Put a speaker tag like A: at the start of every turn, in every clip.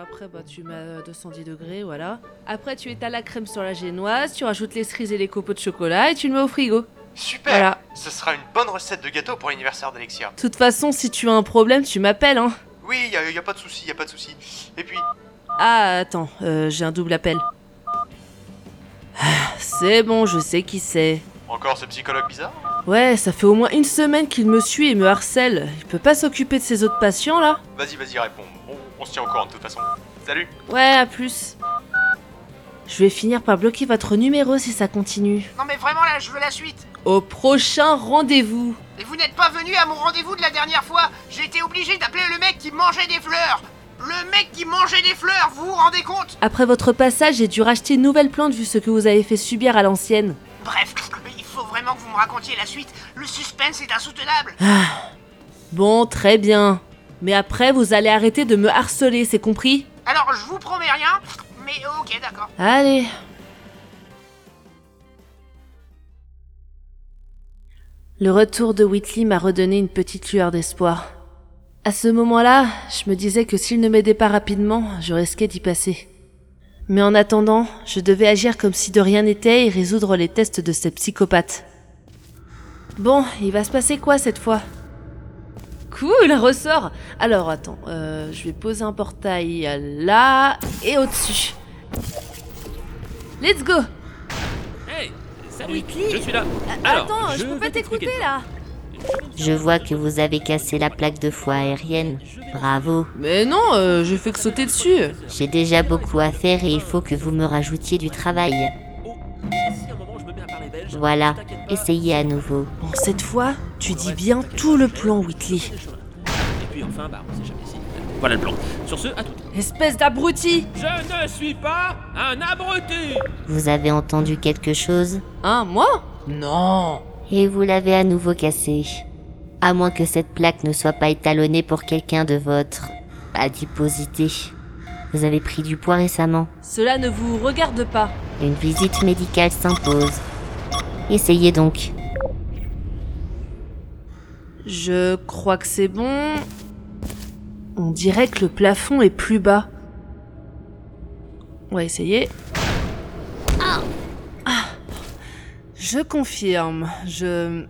A: après, bah, tu mets à 210 degrés, voilà. Après, tu étales la crème sur la génoise, tu rajoutes les cerises et les copeaux de chocolat et tu le mets au frigo.
B: Super
A: Voilà.
B: Ce sera une bonne recette de gâteau pour l'anniversaire d'Alexia.
A: De toute façon, si tu as un problème, tu m'appelles, hein.
B: Oui, y a, y a pas de souci, y a pas de souci. Et puis,
A: Ah, attends, euh, j'ai un double appel. Ah, C'est bon, je sais qui c'est.
B: encore ce psychologue bizarre
A: Ouais, ça fait au moins une semaine qu'il me suit et me harcèle. Il peut pas s'occuper de ses autres patients, là
B: Vas-y, vas-y, réponds. On, on se tient au courant de toute façon. Salut
A: Ouais, à plus. Je vais finir par bloquer votre numéro si ça continue.
C: Non mais vraiment là, je veux la suite.
A: Au prochain rendez-vous.
C: Et vous n'êtes pas venu à mon rendez-vous de la dernière fois. J'ai été obligé d'appeler le mec qui mangeait des fleurs. Le mec qui mangeait des fleurs, vous vous rendez compte
A: Après votre passage, j'ai dû racheter une nouvelle plante vu ce que vous avez fait subir à l'ancienne.
C: Bref, il faut vraiment que vous me racontiez la suite. Le suspense est insoutenable.
A: Bon, très bien. Mais après, vous allez arrêter de me harceler, c'est compris
C: Alors, je vous promets rien, mais ok, d'accord.
A: Allez. Le retour de Whitley m'a redonné une petite lueur d'espoir. À ce moment-là, je me disais que s'il ne m'aidait pas rapidement, je risquais d'y passer. Mais en attendant, je devais agir comme si de rien n'était et résoudre les tests de ces psychopathes. Bon, il va se passer quoi cette fois Cool, un ressort Alors attends, euh, je vais poser un portail euh, là et au-dessus. Let's go
D: Hey, salut,
E: Whitley
D: je suis là. Alors,
A: Euh, Attends, je,
D: je
A: peux
D: vais
A: pas
D: t'expliquer
A: t'écouter là
E: Je vois que vous avez cassé la plaque de foi aérienne. Bravo.
A: Mais non, euh, j'ai fait que sauter dessus.
E: J'ai déjà beaucoup à faire et il faut que vous me rajoutiez du travail.
D: Oh, si un moment je me mets à parler belge,
E: Voilà,
D: t'inquiète pas,
E: essayez à nouveau.
A: Bon, cette fois, tu
D: on
A: dis
D: reste,
A: bien
D: t'inquiète
A: tout
D: pas,
A: le
D: je-
A: plan,
D: je-
A: Whitley.
D: Et puis enfin, bah, on sait jamais si. Voilà le plan. Sur ce, à tout.
A: Espèce d'abruti
D: Je ne suis pas un abruti
E: Vous avez entendu quelque chose
A: Hein, moi Non
E: et vous l'avez à nouveau cassé. À moins que cette plaque ne soit pas étalonnée pour quelqu'un de votre adiposité. Vous avez pris du poids récemment.
A: Cela ne vous regarde pas.
E: Une visite médicale s'impose. Essayez donc.
A: Je crois que c'est bon. On dirait que le plafond est plus bas. On va essayer. Ah. Je confirme. Je.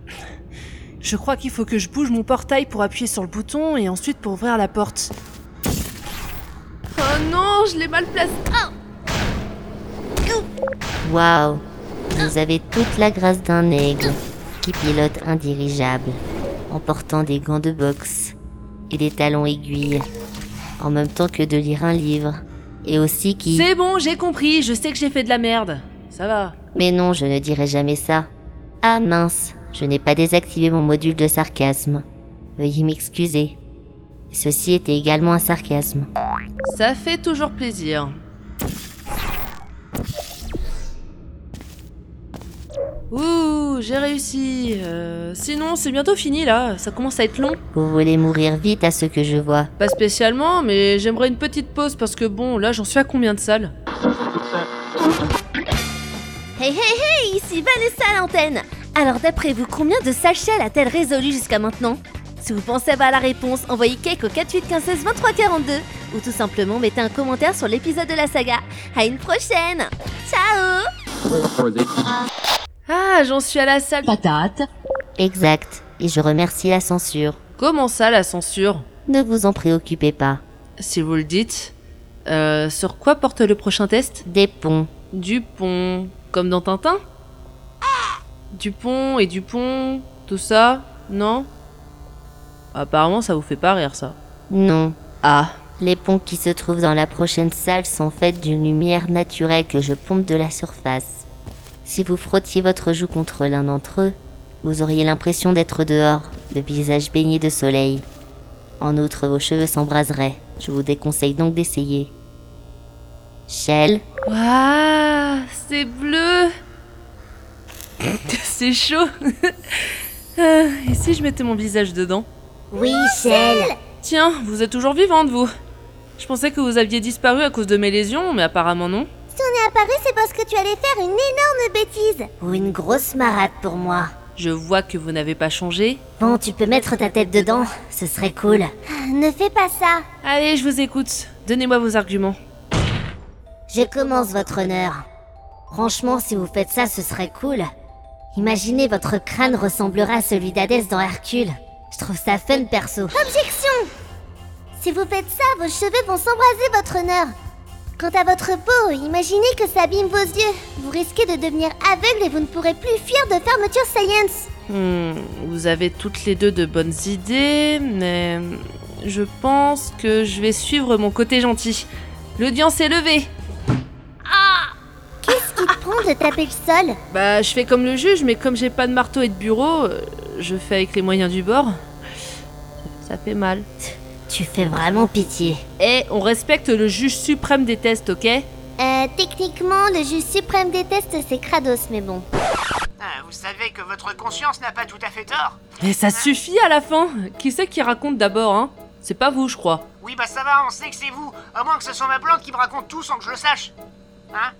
A: Je crois qu'il faut que je bouge mon portail pour appuyer sur le bouton et ensuite pour ouvrir la porte. Oh non, je l'ai mal placé.
E: Waouh Vous avez toute la grâce d'un aigle qui pilote un dirigeable en portant des gants de boxe et des talons aiguilles en même temps que de lire un livre et aussi qui...
A: C'est bon, j'ai compris. Je sais que j'ai fait de la merde. Ça va.
E: Mais non, je ne dirai jamais ça. Ah mince, je n'ai pas désactivé mon module de sarcasme. Veuillez m'excuser. Ceci était également un sarcasme.
A: Ça fait toujours plaisir. Ouh, j'ai réussi. Euh, sinon, c'est bientôt fini là. Ça commence à être long.
E: Vous voulez mourir vite à ce que je vois.
A: Pas spécialement, mais j'aimerais une petite pause parce que bon, là, j'en suis à combien de salles
F: Hey hey hey, ici Vanessa à l'antenne Alors d'après vous, combien de sachets a-t-elle résolu jusqu'à maintenant Si vous pensez avoir la réponse, envoyez cake au 48 15 16 23 42 ou tout simplement mettez un commentaire sur l'épisode de la saga. À une prochaine Ciao
A: Ah, j'en suis à la salle.
E: Exact. Et je remercie la censure.
A: Comment ça, la censure
E: Ne vous en préoccupez pas.
A: Si vous le dites. Euh, sur quoi porte le prochain test
E: Des ponts.
A: Dupont. Comme dans Tintin Dupont et Dupont, tout ça, non Apparemment, ça vous fait pas rire, ça.
E: Non.
A: Ah,
E: Les ponts qui se trouvent dans la prochaine salle sont faits d'une lumière naturelle que je pompe de la surface. Si vous frottiez votre joue contre l'un d'entre eux, vous auriez l'impression d'être dehors, le visage baigné de soleil. En outre, vos cheveux s'embraseraient. Je vous déconseille donc d'essayer. Shell,
A: Waouh, c'est bleu C'est chaud Euh, Et si je mettais mon visage dedans
F: Oui, Ah, Shell
A: Tiens, vous êtes toujours vivante, vous Je pensais que vous aviez disparu à cause de mes lésions, mais apparemment non.
F: Si on est apparu, c'est parce que tu allais faire une énorme bêtise
E: ou une grosse marade pour moi.
A: Je vois que vous n'avez pas changé.
E: Bon, tu peux mettre ta tête dedans, ce serait cool.
G: Ne fais pas ça.
A: Allez, je vous écoute. Donnez-moi vos arguments.
E: Je commence, votre honneur. Franchement, si vous faites ça, ce serait cool. Imaginez, votre crâne ressemblera à celui d'Hadès dans Hercule. Je trouve ça fun, perso.
G: Objection Si vous faites ça, vos cheveux vont s'embraser, votre honneur. Quant à votre peau, imaginez que ça abîme vos yeux. Vous risquez de devenir aveugle et vous ne pourrez plus fuir de fermeture science.
A: Hmm, vous avez toutes les deux de bonnes idées, mais je pense que je vais suivre mon côté gentil. L'audience est levée.
G: Qu'est-ce qui te prend de taper le sol
A: Bah, je fais comme le juge, mais comme j'ai pas de marteau et de bureau, euh, je fais avec les moyens du bord. Ça fait mal.
E: Tu fais vraiment pitié.
A: Et on respecte le juge suprême des tests, ok
G: Euh, techniquement, le juge suprême déteste ces Kratos, mais bon.
C: Ah, vous savez que votre conscience n'a pas tout à fait tort
A: Mais ça suffit à la fin Qui c'est qui raconte d'abord, hein C'est pas vous, je crois.
C: Oui, bah ça va, on sait que c'est vous. À moins que ce soit ma plante qui me raconte tout sans que je le sache. Hein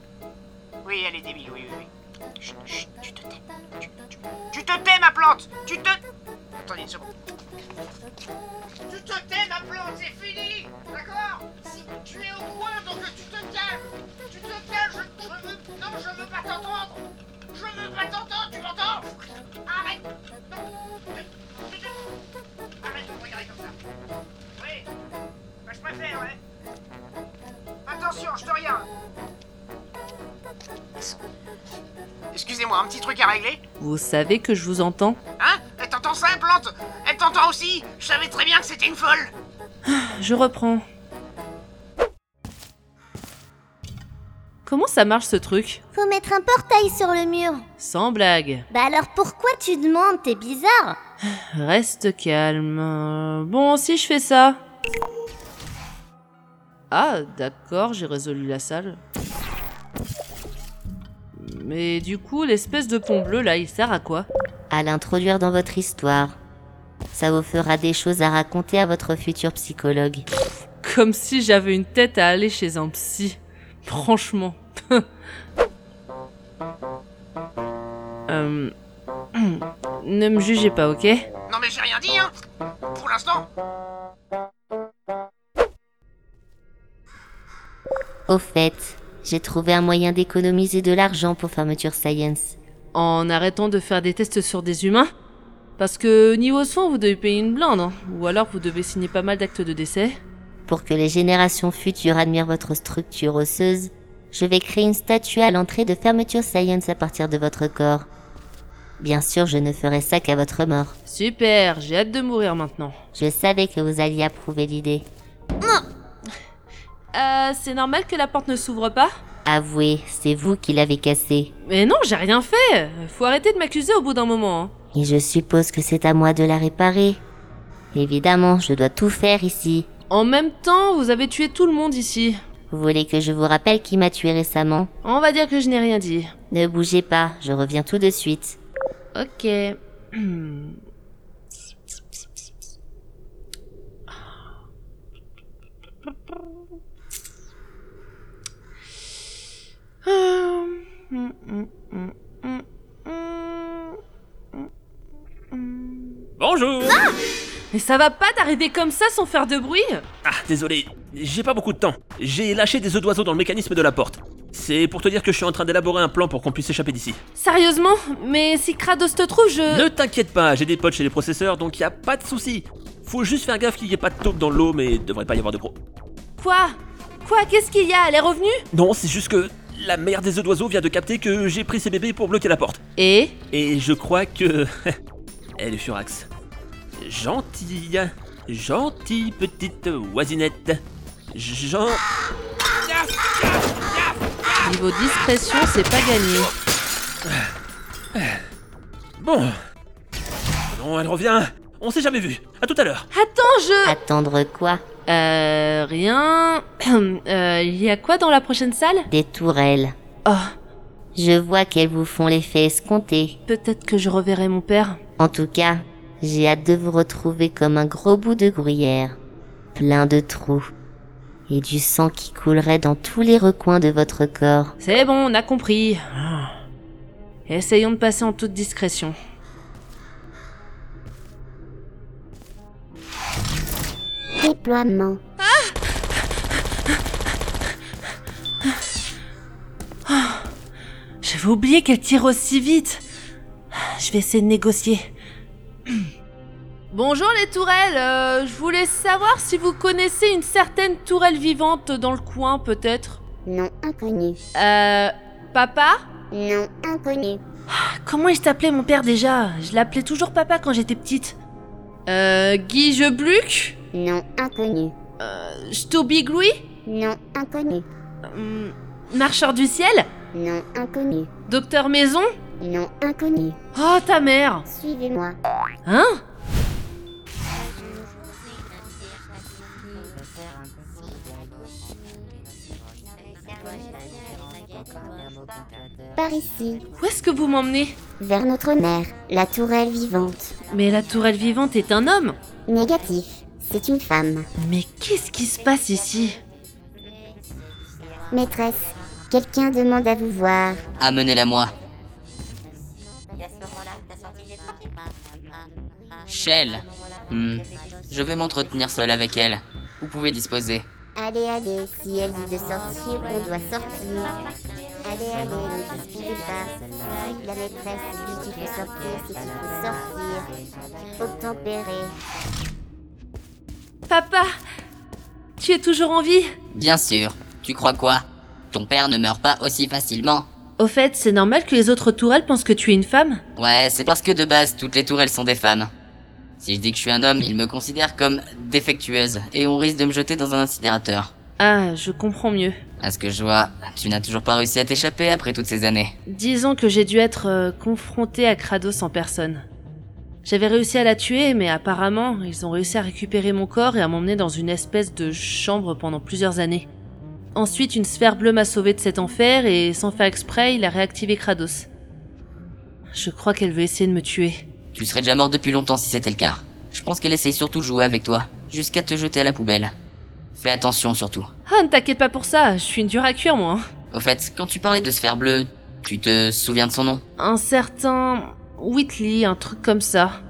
C: Oui, elle est débile, oui, oui, oui. Chut, chut, tu te tais. Tu, tu- tu te tais, ma plante Tu te... Attendez une seconde. Tu te tais, ma plante, c'est fini D'accord Si tu es au coin, donc tu te calmes Tu te calmes, je, je veux... Non, je veux pas t'entendre Je veux pas t'entendre, tu m'entends Arrête Arrête de me regarder comme ça Oui bah, je préfère, ouais. Attention, je te regarde. Excusez-moi, un petit truc à régler
A: Vous savez que je vous entends
C: Hein Elle t'entend ça, la plante Elle t'entend aussi Je savais très bien que c'était une folle
A: Je reprends. Comment ça marche ce truc
G: Faut mettre un portail sur le mur.
A: Sans blague.
G: Bah alors pourquoi tu demandes T'es bizarre.
A: Reste calme. Euh, Bon, si je fais ça. Ah, d'accord, j'ai résolu la salle. Mais du coup, l'espèce de pont bleu là, il sert à quoi
E: À l'introduire dans votre histoire. Ça vous fera des choses à raconter à votre futur psychologue.
A: Comme si j'avais une tête à aller chez un psy. Franchement. Euh, Ne me jugez pas, ok
C: Non mais j'ai rien dit, hein Pour l'instant
E: Au fait, j'ai trouvé un moyen d'économiser de l'argent pour Fermeture Science.
A: En arrêtant de faire des tests sur des humains Parce que niveau soins, vous devez payer une blinde, hein. ou alors vous devez signer pas mal d'actes de décès.
E: Pour que les générations futures admirent votre structure osseuse, je vais créer une statue à l'entrée de Fermeture Science à partir de votre corps. Bien sûr, je ne ferai ça qu'à votre mort.
A: Super, j'ai hâte de mourir maintenant.
E: Je savais que vous alliez approuver l'idée.
A: Euh, c'est normal que la porte ne s'ouvre pas
E: Avouez, c'est vous qui l'avez cassée.
A: Mais non, j'ai rien fait Faut arrêter de m'accuser au bout d'un moment. hein.
E: Et je suppose que c'est à moi de la réparer. Évidemment, je dois tout faire ici.
A: En même temps, vous avez tué tout le monde ici.
E: Vous voulez que je vous rappelle qui m'a tué récemment
A: On va dire que je n'ai rien dit.
E: Ne bougez pas, je reviens tout de suite.
A: Ok.
D: Bonjour
A: Ah Mais ça va pas d'arriver comme ça sans faire de bruit
D: Ah, désolé, j'ai pas beaucoup de temps. J'ai lâché des œufs d'oiseau dans le mécanisme de la porte. C'est pour te dire que je suis en train d'élaborer un plan pour qu'on puisse s'échapper d'ici.
A: Sérieusement Mais si Kratos te trouve, je...
D: Ne t'inquiète pas, j'ai des potes chez les processeurs, donc y a pas de souci. Faut juste faire gaffe qu'il y ait pas de taupe dans l'eau, mais devrait pas y avoir de gros.
A: Quoi Quoi Qu'est-ce qu'il y a Elle est revenue
D: Non, c'est juste que la mère des œufs d'oiseau vient de capter que j'ai pris ses bébés pour bloquer la porte.
A: Et
D: Et je crois que. Elle est furax. Gentille, gentille petite oisinette. Gen...
A: Niveau discrétion, c'est pas gagné.
D: Bon. Non, elle revient. On s'est jamais vu. À tout à l'heure.
A: Attends, je...
E: Attendre quoi
A: Euh... Rien... Euh, Il y a quoi dans la prochaine salle
E: Des tourelles.
A: Oh,
E: Je vois qu'elles vous font l'effet escompté.
A: peut-être que je reverrai mon père.
E: En tout cas, j'ai hâte de vous retrouver comme un gros bout de gruyère, plein de trous, et du sang qui coulerait dans tous les recoins de votre corps.
A: Ah. C'est bon, on a compris. Essayons de passer en toute discrétion.
G: déploiement.
A: Ah. Ah. J'avais oublié qu'elle tire aussi vite. Ah, Je vais essayer de négocier. Bonjour les tourelles, euh, je voulais savoir si vous connaissez une certaine tourelle vivante dans le coin peut-être.
G: Non inconnu.
A: Euh... Papa
G: Non inconnu.
A: Ah, Comment il s'appelait mon père déjà Je l'appelais toujours papa quand j'étais petite. Euh... Guy Jebluc
G: Non inconnu.
A: euh, Stobig Louis
G: Non inconnu.
A: Hum, Marcheur du ciel
G: Non inconnu.
A: Docteur Maison
G: Non inconnu.
A: Oh ta mère
G: Suivez-moi.
A: Hein
G: Par ici,
A: Où est-ce que vous m'emmenez
G: vers notre mère, la tourelle vivante.
A: Mais la tourelle vivante est un homme
G: Négatif, c'est une femme.
A: Mais qu'est-ce qui se passe ici
G: Maîtresse, quelqu'un demande à vous voir.
H: Amenez-la moi. Shell. Hmm. Je vais m'entretenir seul avec elle. Vous pouvez disposer.
G: Allez, allez, si elle dit de sortir, on doit sortir. Allez, allez, ne suspirez pas. Si la maîtresse dit qu'il faut sortir, c'est qu'il faut sortir. Obtempérer.
A: Papa Tu es toujours en vie
H: Bien sûr. Tu crois quoi Ton père ne meurt pas aussi facilement.
A: Au fait, c'est normal que les autres tourelles pensent que tu es une femme
H: Ouais, c'est parce que de base, toutes les tourelles sont des femmes. Si je dis que je suis un homme, ils me considèrent comme défectueuse et on risque de me jeter dans un incinérateur.
A: Ah, je comprends mieux.
H: À ce que je vois, tu n'as toujours pas réussi à t'échapper après toutes ces années.
A: Disons que j'ai dû être euh, confrontée à Kratos en personne. J'avais réussi à la tuer, mais apparemment, ils ont réussi à récupérer mon corps et à m'emmener dans une espèce de chambre pendant plusieurs années. Ensuite, une sphère bleue m'a sauvée de cet enfer et, sans faire exprès, il a réactivé Kratos. Je crois qu'elle veut essayer de me tuer.
H: Tu serais déjà mort depuis longtemps si c'était le cas. Je pense qu'elle essaye surtout de jouer avec toi, jusqu'à te jeter à la poubelle. Fais attention surtout.
A: Ah, ne t'inquiète pas pour ça, je suis une dure à cuire, moi. hein.
H: Au fait, quand tu parlais de sphère bleue, tu te souviens de son nom
A: Un certain Whitley, un truc comme ça.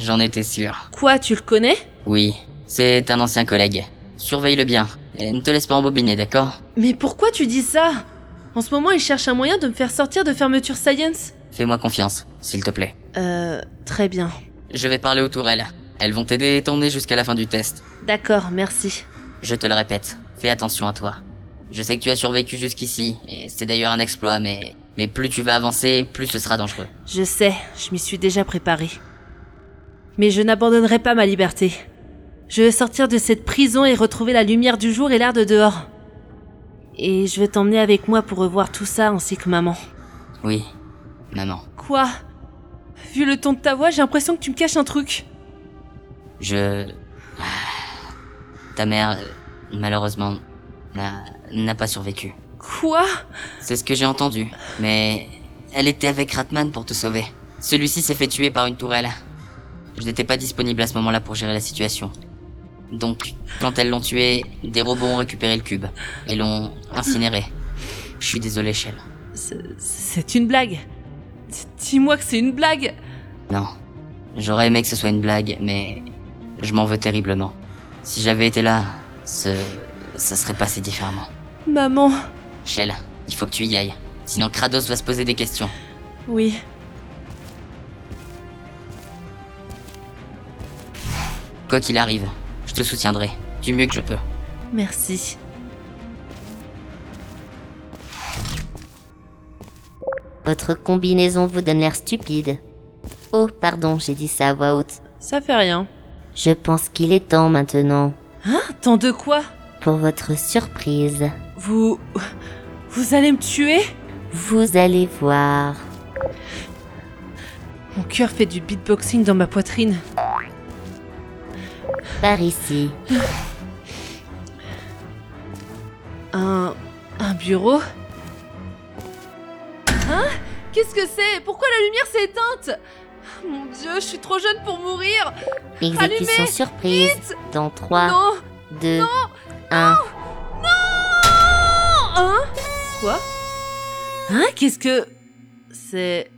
H: J'en étais sûr.
A: Quoi, tu le connais
H: Oui, c'est un ancien collègue. Surveille-le bien, et ne te laisse pas embobiner, d'accord
A: Mais pourquoi tu dis ça En ce moment, il cherche un moyen de me faire sortir de Fermeture Science.
H: Fais-moi confiance, s'il te plaît.
A: Euh, très bien.
H: Je vais parler aux tourelles. Elles vont t'aider et t'emmener jusqu'à la fin du test.
A: D'accord, merci.
H: Je te le répète, fais attention à toi. Je sais que tu as survécu jusqu'ici, et c'est d'ailleurs un exploit, mais... Mais plus tu vas avancer, plus ce sera dangereux.
A: Je sais, je m'y suis déjà préparée. Mais je n'abandonnerai pas ma liberté. Je veux sortir de cette prison et retrouver la lumière du jour et l'air de dehors. Et je veux t'emmener avec moi pour revoir tout ça ainsi que maman.
H: Oui, maman.
A: Quoi Vu le ton de ta voix, j'ai l'impression que tu me caches un truc.
H: Je... Ta mère, euh, malheureusement, n'a n'a pas survécu.
A: Quoi
H: C'est ce que j'ai entendu. Mais elle était avec Ratman pour te sauver. Celui-ci s'est fait tuer par une tourelle. Je n'étais pas disponible à ce moment-là pour gérer la situation. Donc, quand elles l'ont tué, des robots ont récupéré le cube et l'ont incinéré. Je suis désolé, Shell.
A: C'est- C'est une blague. Dis-moi que c'est une blague.
H: Non. J'aurais aimé que ce soit une blague, mais je m'en veux terriblement. Si j'avais été là, ce... ça serait passé différemment.
A: Maman.
H: Shell, il faut que tu y ailles. Sinon Kratos va se poser des questions.
A: Oui.
H: Quoi qu'il arrive, je te soutiendrai. Du mieux que je peux.
A: Merci.
E: Votre combinaison vous donne l'air stupide. Oh, pardon, j'ai dit ça à voix haute.
A: Ça fait rien.
E: Je pense qu'il est temps maintenant
A: Tant de quoi
E: pour votre surprise.
A: Vous. Vous allez me tuer
E: Vous allez voir.
A: Mon cœur fait du beatboxing dans ma poitrine.
E: Par ici.
A: Un. un bureau Hein Qu'est-ce que c'est Pourquoi la lumière s'est éteinte Mon dieu, je suis trop jeune pour mourir
E: Exécution
A: Allumez,
E: surprise. Dans 3,
A: Non
E: 2, 1.
A: Hein Quoi Hein Qu'est-ce que. C'est.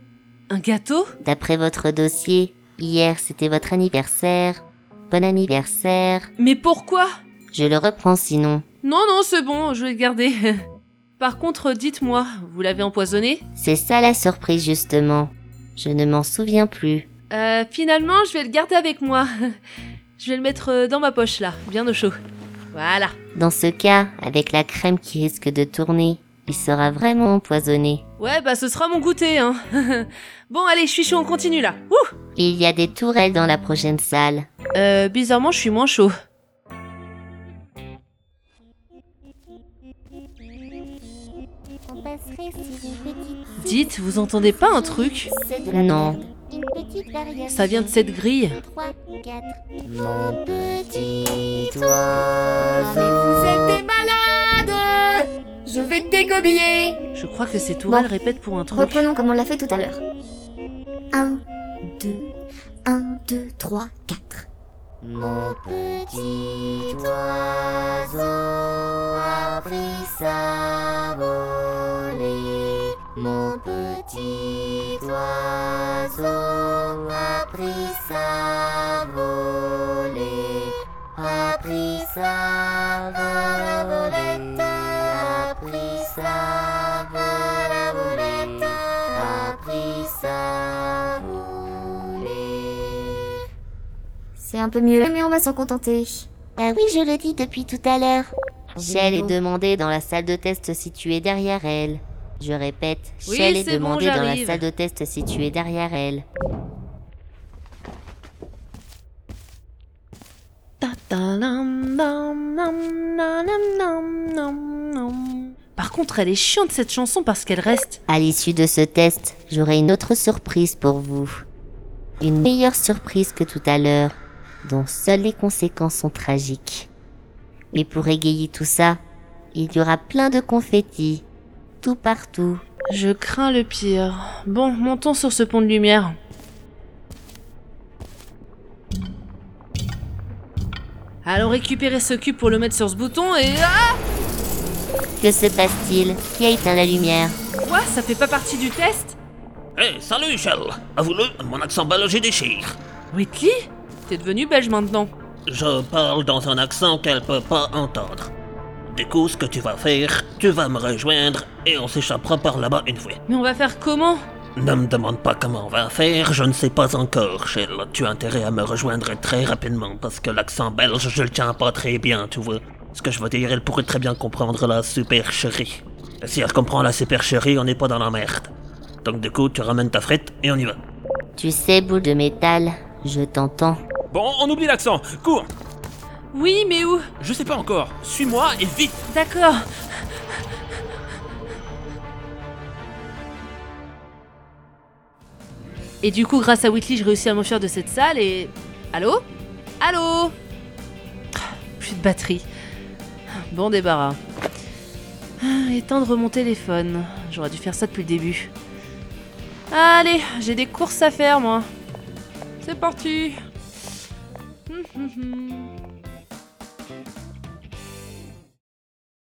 A: un gâteau
E: D'après votre dossier, hier c'était votre anniversaire. Bon anniversaire.
A: Mais pourquoi
E: Je le reprends sinon.
A: Non, non, c'est bon, je vais le garder. Par contre, dites-moi, vous l'avez empoisonné
E: C'est ça la surprise justement. Je ne m'en souviens plus.
A: Euh, finalement, je vais le garder avec moi. Je vais le mettre euh, dans ma poche là, bien au chaud. Voilà.
E: Dans ce cas, avec la crème qui risque de tourner, il sera vraiment empoisonné.
A: Ouais, bah ce sera mon goûter, hein. bon, allez, je suis chaud, on continue là. Ouh
E: Il y a des tourelles dans la prochaine salle.
A: euh, bizarrement, je suis moins chaud.
G: On passerait sur une petite.
A: Dites, vous entendez pas un truc
G: C'est de la
E: Non,
G: Une petite barrière.
A: Ça vient de cette grille.
G: 3, 4.
E: Mon petit
G: vous êtes des malades Je vais te dégobiller
A: Je crois que ces tourelles répètent pour un truc.
G: Reprenons comme on l'a fait tout à l'heure. 1, 2, 1, 2, 3, 4. Mon petit oiseau a pris sa volée. Mon petit oiseau a pris sa volée. A pris sa volée. A pris sa volée. A pris sa volée.
F: C'est un peu mieux, mais on va s'en contenter. Ah
G: Bah oui, je le dis depuis tout à l'heure.
E: Shell est demandée dans la salle de test située derrière elle. Je répète,
A: Oui,
E: Shell est
A: c'est bon,
E: demandée dans la
A: j'arrive.
E: salle de test située derrière elle.
A: Par contre, elle est chiante cette chanson parce qu'elle reste.
E: À l'issue de ce test, j'aurai une autre surprise pour vous. Une meilleure surprise que tout à l'heure, dont seules les conséquences sont tragiques. Mais pour égayer tout ça, il y aura plein de confettis, tout partout.
A: Je crains le pire. Bon, montons sur ce pont de lumière. Allons récupérer ce cube pour le mettre sur ce bouton et... Ah
E: Que se passe-t-il Qui a éteint la lumière
A: Quoi Ça fait pas partie du test
D: Hé, Eh, salut, Shell Avoue-le, mon accent balogé déchire.
A: Whitley T'es devenu belge maintenant.
D: Je parle dans un accent qu'elle peut pas entendre. Du coup, ce que tu vas faire, tu vas me rejoindre et on s'échappera par là-bas une fois.
A: Mais on va faire comment
D: Ne me demande pas comment on va faire, je ne sais pas encore, Shell. Tu as intérêt à me rejoindre très rapidement parce que l'accent belge, je le tiens pas très bien, tu vois. Ce que je veux dire, elle pourrait très bien comprendre la supercherie. Et Si elle comprend la supercherie, on n'est pas dans la merde. Donc du coup, tu ramènes ta frette et on y va.
E: Tu sais, boule de métal, je t'entends.
D: Bon, on oublie l'accent. Cours
A: Oui, mais où
D: Je sais pas encore. Suis-moi et vite
A: D'accord. Et du coup, grâce à Whitley, je réussis à m'enfuir de cette salle et... Allô Allô Plus de batterie. Bon débarras. Ah, Éteindre mon téléphone. J'aurais dû faire ça depuis le début. Allez, j'ai des courses à faire, moi. C'est parti. Hum, hum, hum.